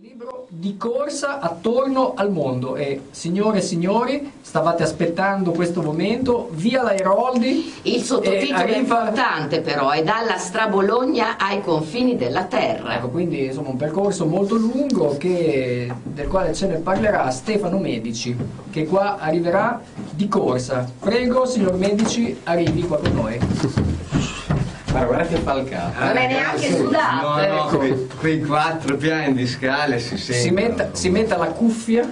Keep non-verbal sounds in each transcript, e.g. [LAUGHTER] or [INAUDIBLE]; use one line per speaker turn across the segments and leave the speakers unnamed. Libro di corsa attorno al mondo e signore e signori stavate aspettando questo momento via l'Airoldi
Il sottotitolo
Eh, arriva-
è importante però è dalla Strabologna ai confini della
ecco
Terra.
quindi insomma un percorso molto lungo che- del quale ce ne parlerà Stefano Medici che qua arriverà di corsa prego signor Medici arrivi qua con noi
Ma guarda che palcata.
Ah,
Non è neanche
No,
sudato.
no,
ecco.
quei, quei quattro piani di scale si sentono.
si metta, si metta la cuffia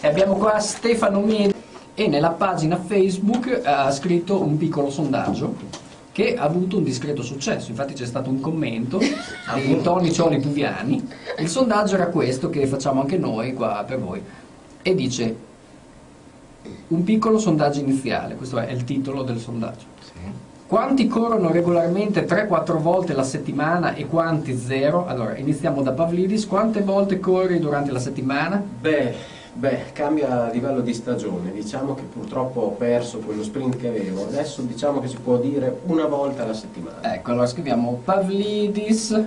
e abbiamo qua Stefano Miedi e nella pagina Facebook eh, ha scritto un piccolo sondaggio che ha avuto un discreto successo, infatti c'è stato un commento di Tony Cioli Puviani, il sondaggio era questo che facciamo anche noi qua per voi e dice un piccolo sondaggio iniziale, questo è il titolo del sondaggio. Quanti corrono regolarmente 3-4 volte la settimana e quanti zero? Allora, iniziamo da Pavlidis. Quante volte corri durante la settimana?
Beh, beh, cambia a livello di stagione, diciamo che purtroppo ho perso quello sprint che avevo, adesso diciamo che si può dire una volta alla
Eh,
settimana.
Ecco, allora scriviamo Pavlidis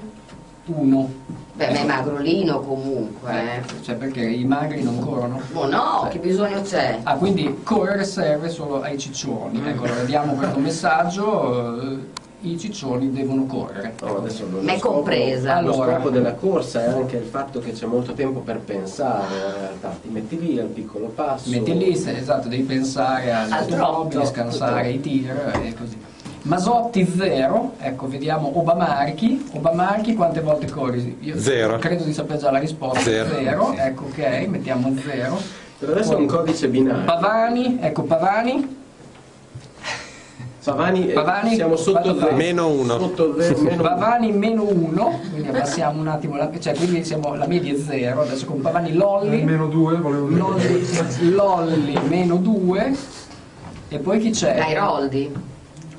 1.
Beh, ma è magrolino comunque. eh.
Cioè, perché i magri non corrono?
Oh no, che bisogno c'è?
Ah, quindi correre serve solo ai ciccioni. Ecco, allora diamo questo messaggio. eh, I ciccioni devono correre.
No, Oh, adesso lo,
Ma è
lo scopo-
compresa.
Lo
Allora.
scopo della corsa è anche il fatto che c'è molto tempo per pensare, in realtà. Ti metti lì al piccolo passo.
Metti lì, se- esatto, devi pensare
Al
al tuo
trotto,
hobby, scansare
tutto.
i tir e così. Masotti 0, ecco vediamo Obamarchi, Obamarchi quante volte corri? Io
Zero.
credo di sapere già la risposta,
Zero.
Zero, ecco ok, mettiamo 0.
Per adesso è un codice binario.
Pavani, ecco Pavani,
Pavani, eh,
Pavani,
siamo sotto
vado
il
qua.
vero.
Meno uno.
Sotto il vero, meno uno.
Pavani meno 1, quindi abbassiamo un attimo la, cioè, quindi siamo, la media è 0, adesso con Pavani Lolli,
Eh, Meno due, volevo dire.
Lolli, Lolli meno 2 e poi chi c'è?
Dai Roldi.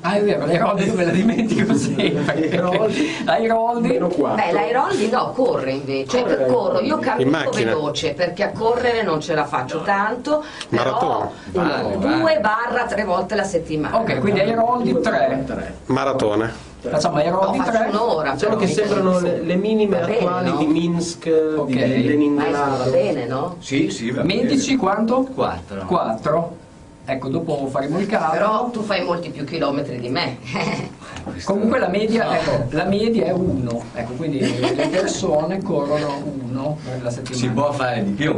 Ah, è vero, l'Airoldi me la dimentico sempre.
Airoldi.
Airoldi.
Meno quattro. Ah,
Beh, l'Airoldi no, corre invece.
Corre.
Cioè, corro, io
In
cammino
macchina.
veloce perché a correre non ce la faccio tanto, però
Maratona.
Vale, vale.
due barra tre volte la settimana.
Ok, quindi Airoldi
Due,
3.
tre.
Maratona.
Facciamo
No,
Airoldi
faccio
3.
un'ora.
Diciamo
però,
che
mi-
sembrano le, le minime
Va bene,
attuali
no?
di Minsk,
Ok.
di
Maestro, va
Leningrado.
bene, no?
Sì, sì, va bene.
Medici quanto?
Quattro.
4. Ecco, dopo faremo il calcolo.
Però tu fai molti più chilometri di me.
[LAUGHS]
Comunque la media, ecco, la media è 1. Ecco, quindi le persone corrono 1 per la settimana.
Si può fare di più.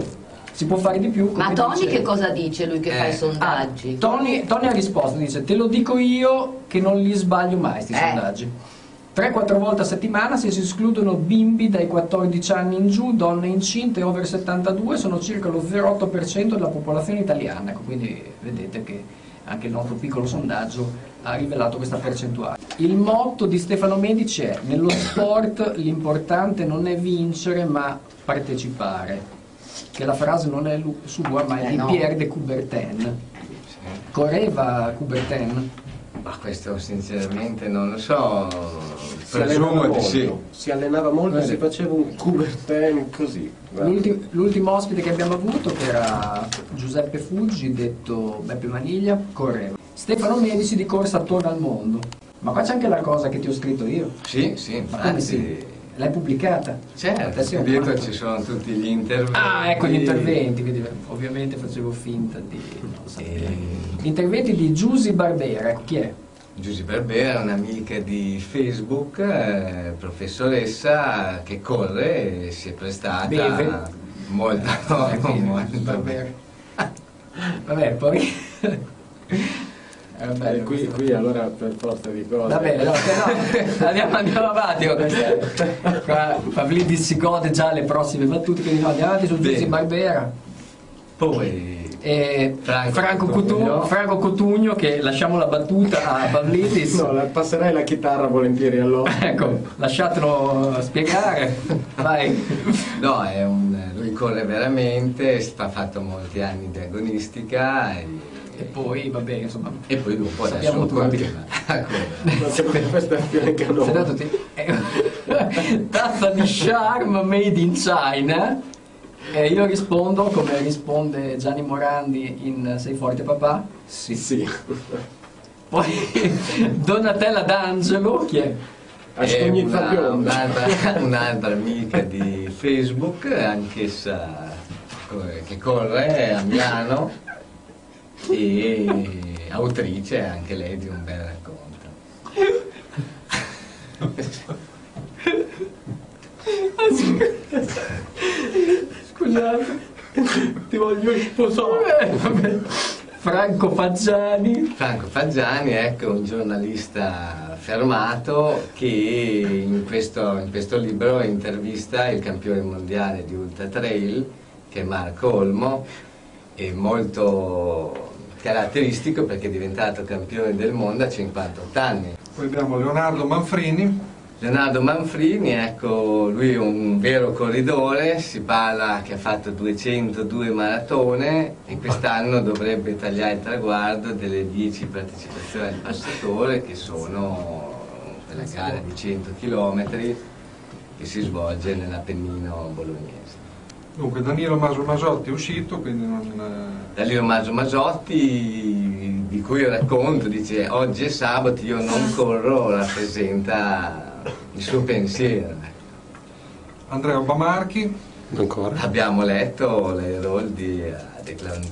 Si può fare di più. come
Ma Tony
dice-
che cosa dice lui che fa i
Eh,
Ah,
sondaggi?
Tony, Tony ha risposto, dice, te lo dico io che non li sbaglio mai questi
Eh.
sondaggi. 3-4 volte a settimana se si escludono bimbi dai 14 anni in giù, donne incinte over 72 sono circa lo 0,8% della popolazione italiana. Ecco, quindi vedete che anche il nostro piccolo sondaggio ha rivelato questa percentuale. Il motto di Stefano Medici è nello sport l'importante non è vincere ma partecipare. Che la frase non è lu- sua ma è
Eh
di
no.
Pierre de Coubertin. Correva Coubertin.
Ma questo sinceramente non lo so.
Si allenava
Presumo
molto,
di sì.
si allenava molto,
Vedi.
si faceva un Coubertin così. guarda.
L'ulti- l'ultimo ospite che abbiamo avuto, che era Giuseppe Fuggi, detto Beppe Maniglia, correva. Stefano Medici di corsa attorno al mondo. Ma qua c'è anche la cosa che ti ho scritto io.
Sì, sì,
Ma come
infatti.
sì? L'hai pubblicata? Te sei
Certo,
un
dietro
matto.
ci sono tutti gli interventi.
Ah, ecco gli
eh,
interventi, vedi, ovviamente facevo finta di non sapere.
E
Gli interventi di Giusy Barbera, ecco chi è?
Giusy Barbera è un'amica di Facebook, eh, professoressa che corre e si è prestata
Beve.
molto, [LAUGHS] molto
Barbera. [LAUGHS] Vabbè, poi... Era
Eh,
bello
qui,
questo.
qui allora per forza di cose.
Va bene, no, se no, andiamo, andiamo avanti con questa- Qua Pavlidis si gode già le prossime battute, quindi no, andiamo avanti su
Bene.
Giussi Barbera.
Poi
E Franco,
Franco
Cotu-
Cotugno.
Franco Cotugno, che lasciamo la battuta a Pavlidis.
No, la- passerei la chitarra volentieri allora.
[LAUGHS] Ecco, lasciatelo spiegare. Vai.
No, è un- lui corre veramente, sta- ha fatto molti anni di agonistica e,
E poi, vabbè, insomma.
e poi dopo
Sappiamo
adesso
tutti. [LAUGHS]
continua a correre.
Ma sembra questa più anche a
Se no
noi.
tutti- Eh, [LAUGHS] Tazza di charm made in China. E io rispondo come risponde Gianni Morandi in Sei forte papà.
Sì.
[LAUGHS] Poi Donatella D'Angelo, che
A
E
Scogni il
una-
Fabiondo.
[LAUGHS]
Un'altra, un'altra amica di Facebook, anch'essa co- che corre a Milano e autrice anche lei di un bel racconto.
Scusate, ti voglio sposare. Vabbè. Franco Paggiani.
Franco Faggiani, ecco un giornalista fermato che in questo, in questo libro intervista il campione mondiale di Ultra Trail, che è Marco Olmo, è molto caratteristico perché è diventato campione del mondo a 58 anni.
Poi abbiamo Leonardo Manfrini,
Leonardo Manfrini, ecco, lui è un vero corridore, si parla che ha fatto 202 maratone e quest'anno dovrebbe tagliare il traguardo delle 10 partecipazioni al passatore che sono quella gara di 100 km che si svolge nell'Appennino bolognese.
dunque Danilo Maso Masotti è uscito, quindi non... eh,
Da Lino Maggio Masotti, di cui io racconto, dice oggi è sabato, io non corro, rappresenta il suo pensiero. ecco.
Andrea Bamarchi,
Ancora?
Abbiamo letto, l'Eroldi ha declam-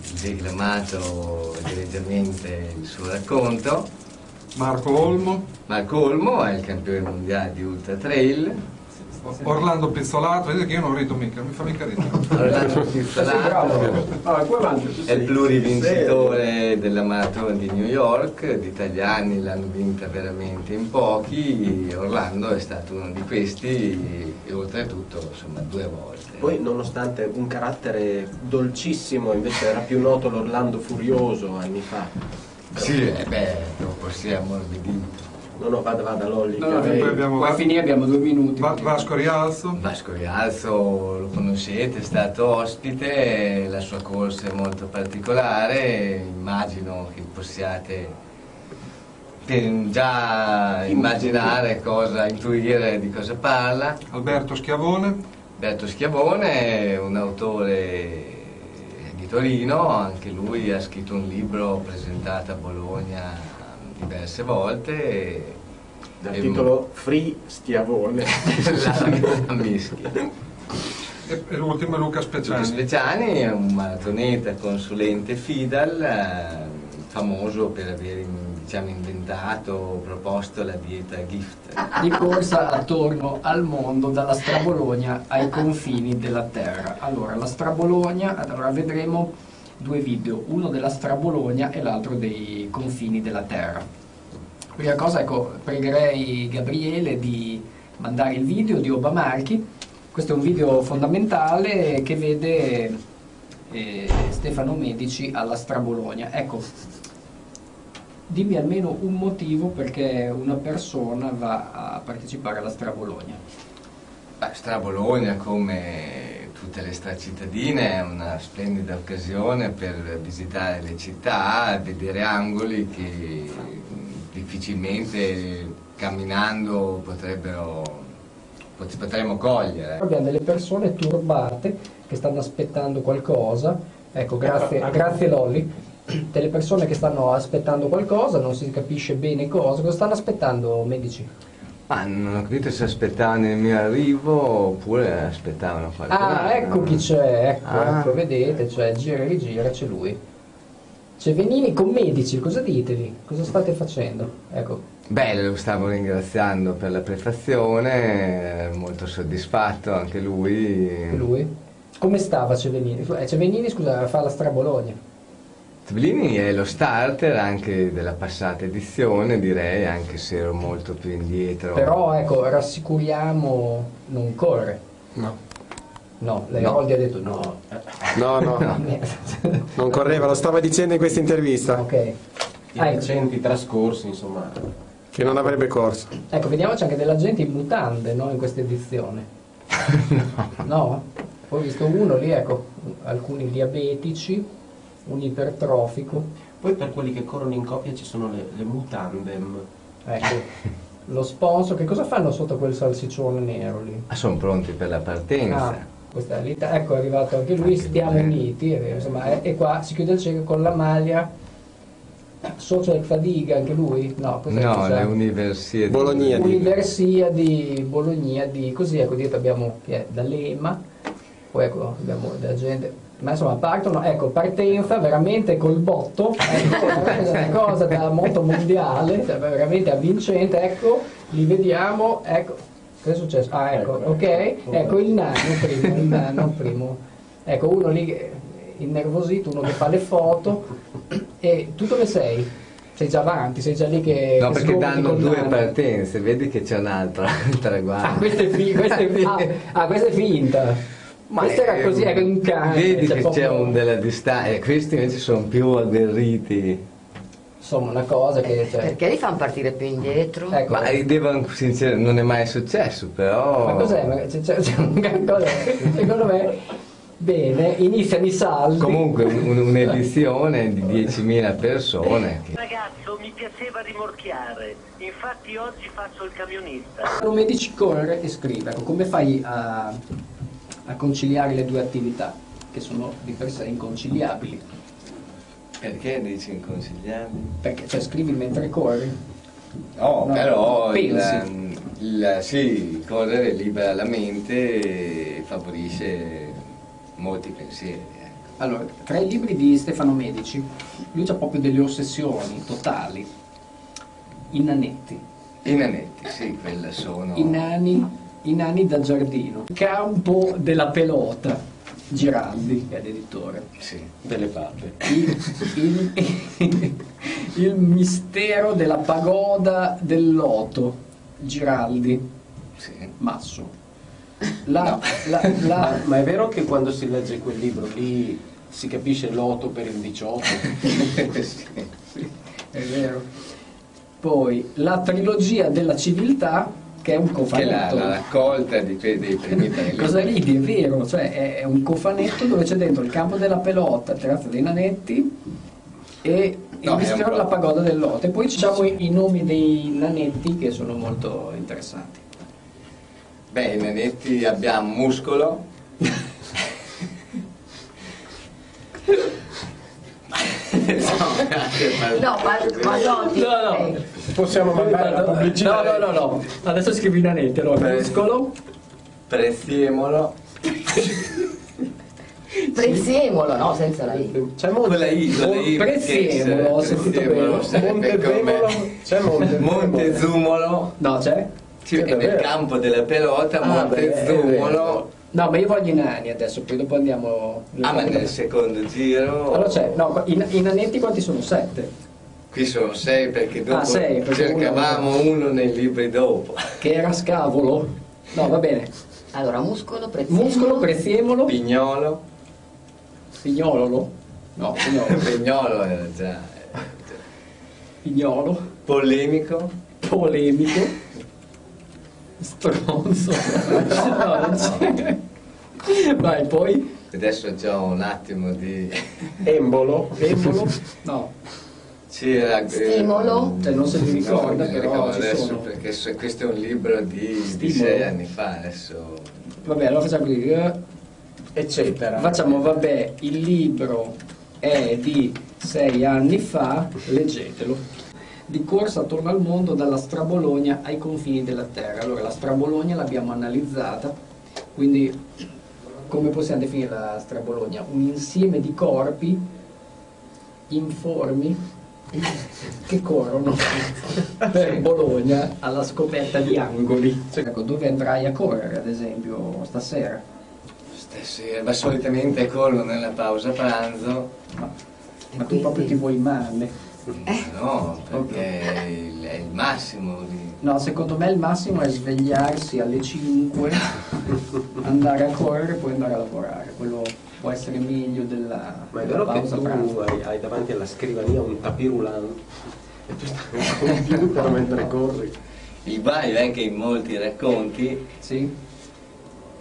declamato egregiamente il suo racconto.
Marco Olmo,
Marco Olmo è il campione mondiale di Ultra Trail.
O- Orlando Pizzolato, vedete che io non rido mica, non mi fa mica
[LAUGHS]
ridere.
Orlando
Sei
Pizzolato
bravo. Allora, Ah, qua avanti, tu
è il
sei-
plurivincitore della maratona di New York, gli italiani l'hanno vinta veramente in pochi, Orlando è stato uno di questi e oltretutto insomma due volte.
Poi, nonostante un carattere dolcissimo, invece era più noto l'Orlando Furioso anni fa.
Sì, eh beh, dopo si è ammorbidito.
No, no, vada, vada, Lolli.
No,
che
no,
lei-
poi abbiamo-
qua a finire abbiamo due minuti.
Va- Vasco Rialzo,
Vasco Rialzo lo conoscete, è stato ospite, la sua corsa è molto particolare, immagino che possiate ten- già immaginare cosa, intuire di cosa parla.
Alberto Schiavone,
Berto Schiavone è un autore di Torino, anche lui ha scritto un libro presentato a Bologna diverse volte. e-
Dal
e-
titolo Free [LAUGHS] Stiavone.
[LAUGHS] la mischia.
e e l'ultimo è Luca
Luca
Speciani.
Speciani è un maratoneta consulente Fidal, eh, famoso per aver in- diciamo, inventato, proposto la dieta gift.
di corsa attorno al mondo dalla Strabologna ai confini della terra. Allora, la Strabologna, allora vedremo due video, uno della Strabologna e l'altro dei confini della terra. Prima cosa, ecco, pregherei Gabriele di mandare il video di Obamarchi. Questo è un video fondamentale che vede eh, Stefano Medici alla Strabologna. Ecco, dimmi almeno un motivo perché una persona va a partecipare alla Strabologna.
Beh, Strabologna, come tutte le stracittadine, è una splendida occasione per visitare le città, vedere angoli che difficilmente camminando potrebbero, pot- potremmo cogliere.
Abbiamo delle persone turbate che stanno aspettando qualcosa, ecco grazie, grazie Lolli, delle persone che stanno aspettando qualcosa, non si capisce bene cosa, cosa stanno aspettando medici?
Ma non ho capito se aspettavano il mio arrivo oppure aspettavano qualcosa.
Ah, ecco chi c'è, ecco,
Ah.
ecco, vedete, cioè, gira e rigira, c'è lui. C'è Venini con medici, cosa ditevi? Cosa state facendo? Ecco.
Beh, lo stavo ringraziando per la prefazione, eh, molto soddisfatto anche lui.
E lui? Come stava Cevenini? Eh, Cevenini, scusa, fa la strabologna.
Tablini è lo starter anche della passata edizione, direi, anche se ero molto più indietro.
Però, ecco, rassicuriamo, non corre.
No.
No, Leoldi ha detto no.
No, [LAUGHS] no, non correva, lo stava dicendo in questa intervista,
ok.
I
Ah,
recenti trascorsi, insomma.
che non avrebbe corso.
Ecco, vediamoci anche della gente in mutande, no, in questa edizione. No? Poi ho visto uno lì, ecco, alcuni diabetici, un ipertrofico.
Poi per quelli che corrono in coppia ci sono le, le mutandem.
Ecco, lo sponsor, che cosa fanno sotto quel salsiccione nero lì?
Ah, sono pronti per la partenza.
Ah, questa è l'Ita- ecco è arrivato anche lui, stiamo
bene.
uniti, Ah, è vero, insomma, e, e qua si chiude il cerchio con la maglia socio del Fadiga, anche lui? No, cos'è che
No,
sa?
le università.
Bologna.
Universia di Bologna di così ecco dietro abbiamo chi è? D'Alema poi ecco abbiamo della gente ma insomma partono ecco partenza veramente col botto ecco veramente una cosa da moto mondiale cioè, veramente avvincente ecco li vediamo ecco cosa è successo? ah ecco
Ecco,
ok
ecco.
ecco il nano primo il nano primo ecco uno lì eh, innervosito uno che fa le foto e tu dove sei? sei già avanti sei già lì che
No,
che
perché
sgomiti
danno
col
due
nano.
partenze, vedi che c'è un'altra [LAUGHS]
Ah,
traguardo.
questa è, fi- questa è- ah, ah, questa è finta. questa era
eh,
così, era un cane.
Vedi
cioè,
che
proprio-
c'è un della distanza, e questi invece sono più agguerriti.
Insomma, una cosa che... cioè,
Perché li fanno partire più indietro?
ecco,
Ma eh, devo, sincero, non è mai successo, però.
ma cos'è? Ma c'è, c'è- c'è un gran cosa, secondo me... Bene, iniziano i saldi.
Comunque un- un'edizione di 10.000 persone. che-
Ragazzo, mi piaceva rimorchiare, infatti oggi faccio il camionista.
Lunedì ci corre e scrive. Ecco, come fai a, a conciliare le due attività, che sono di per sé inconciliabili?
Perché dici inconsigliabili?
Perché, cioè, scrivi mentre corri.
No,
No,
però il,
pensi.
il- sì, il correre libera la mente e favorisce molti pensieri. ecco.
Allora, tra i libri di Stefano Medici, lui ha proprio delle ossessioni totali. I nanetti,
I nanetti, sì, quelle sono...
i nani, i nani da giardino, campo della pelota, Giraldi, che è l'editore,
Sì.
Delle pape.
il, il- [LAUGHS] il mistero della pagoda del loto, Giraldi,
Sì.
Masso. La, la- la-
Ma è vero che quando si legge quel libro lì si capisce l'otto per il 18?
è vero. Poi la trilogia della civiltà, che è un
Che è la,
cofanetto.
la raccolta di que- dei
[LAUGHS]
primi tre libri.
Cosa ridi? È vero, cioè è- è un cofanetto dove c'è dentro il campo della pelota, il terrazzo dei nanetti e
No, è
il
un
mistero
po'.
della pagoda del loto. E poi diciamo i, i nomi dei nanetti che sono molto interessanti.
Beh, i nanetti abbiamo muscolo.
No, ma, ma no, di-
No, no.
eh,
Possiamo mandare la pubblicità?
No, no, no, no. Adesso scrivi i nanetti, allora
Beh.
muscolo,
Preziemolo.
Prezzemolo, no, senza la I.
C'è molto
Con la I, con la I, perché
Preziemolo, ho sentito
Preziemolo
bene.
sarebbe
Montezemolo.
come-
C'è Montezemolo.
Montezumolo.
no, c'è?
Sì,
Sì,
è nel
davvero.
campo della pelota,
Ah,
Montezumolo.
No, ma io voglio i nani adesso, poi dopo andiamo.
Ah, ma nel secondo giro...
Allora c'è, no, i, i nanetti quanti sono? Sette.
Qui sono sei perché dopo
Ah, sei, perché uno-
cercavamo uno nei libri dopo.
Che era scavolo. No, va bene.
Allora, muscolo, prezzemolo.
Muscolo, preziemolo,
Pignolo.
Pignololo? No, pignolo.
Pignolo era già... era già-
Pignolo,
Polemico.
polemico, stronzo. [LAUGHS] No, non c'è. Vai, poi,
Adesso già un attimo di...
Embolo.
femolo, no.
C'era...
Stimolo?
Cioè, non se li ricorda,
No, mi
però
ricordo
ci
adesso
sono.
perché se- questo è un libro di, di
Stimolo.
sei anni fa, adesso...
Vabbè, allora facciamo così. eh,
Eccetera.
Facciamo, vabbè, il libro è di sei anni fa, leggetelo. Di corsa attorno al mondo dalla Strabologna ai confini della Terra. Allora, la Strabologna l'abbiamo analizzata, quindi come possiamo definire la Strabologna? Un insieme di corpi informi che corrono per Bologna alla scoperta di angoli. Cioè, ecco, dove andrai a correre, ad esempio, stasera?
Stasera, ma solitamente corro nella pausa pranzo.
Ma,
E
ma tu proprio
quindi?
ti vuoi male? Eh?
No, perché è il, è il massimo di...
No, secondo me il massimo è svegliarsi alle
[LAUGHS]
5, andare a correre e poi andare a lavorare. Quello può essere meglio della,
Ma è
della
vero che
pausa
tu
pranzo.
hai, hai davanti alla scrivania un [LAUGHS] tapirulan e tu stai con il computer mentre corri?
Il baio è che in molti racconti
Sì?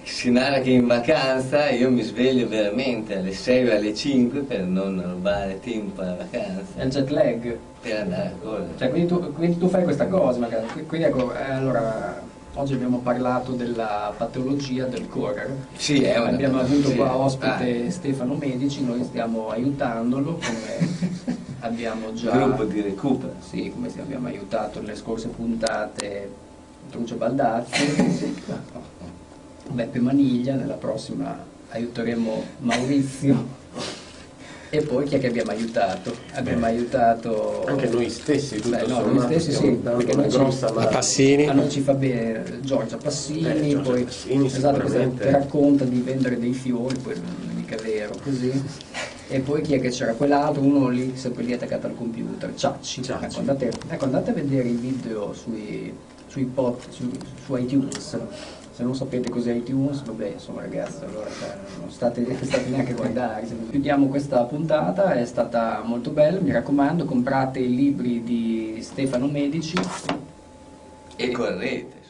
si narra che in vacanza io mi sveglio veramente alle 6 o alle 5 per non rubare tempo alla vacanza
È il jet lag.
per andare a correre.
Cioè, quindi, tu, quindi tu fai questa cosa magari. Qui- Quindi ecco, eh, allora, oggi abbiamo parlato della patologia del correre.
Sì, Ah, è una
Abbiamo avuto
patologia.
[LAUGHS]
qua ospite Stefano Medici, noi stiamo aiutandolo come abbiamo
il
già...
gruppo di recupero.
Sì, come ti abbiamo aiutato nelle scorse puntate Trucio Baldacci, Beppe Maniglia, nella prossima aiuteremo Maurizio. E poi chi è che abbiamo aiutato? Abbiamo aiutato...
Anche noi stessi, tutto
Beh, no, noi
sommato,
stessi
stiamo
sì,
dando
perché
una
noi ci-
grossa mano.
La Passini.
A noi Ah, ci fa bene Giorgia Passini,
Eh, Giorgia
poi
Passini,
esatto, questa
sicuramente.
che racconta di vendere dei fiori, poi non è mica vero, così. E poi chi è che c'era? Quell'altro, uno lì, sempre lì attaccato al computer, Ciacci.
Ciacci.
Ecco, andate, ecco, andate a vedere i video sui, sui pod, su, su iTunes. Se non sapete cos'è iTunes, vabbè, insomma ragazzi, allora cioè, non state, [LAUGHS] state neanche a guardare. Chiudiamo questa puntata, è stata molto bella, mi raccomando, comprate i libri di Stefano Medici
E correte.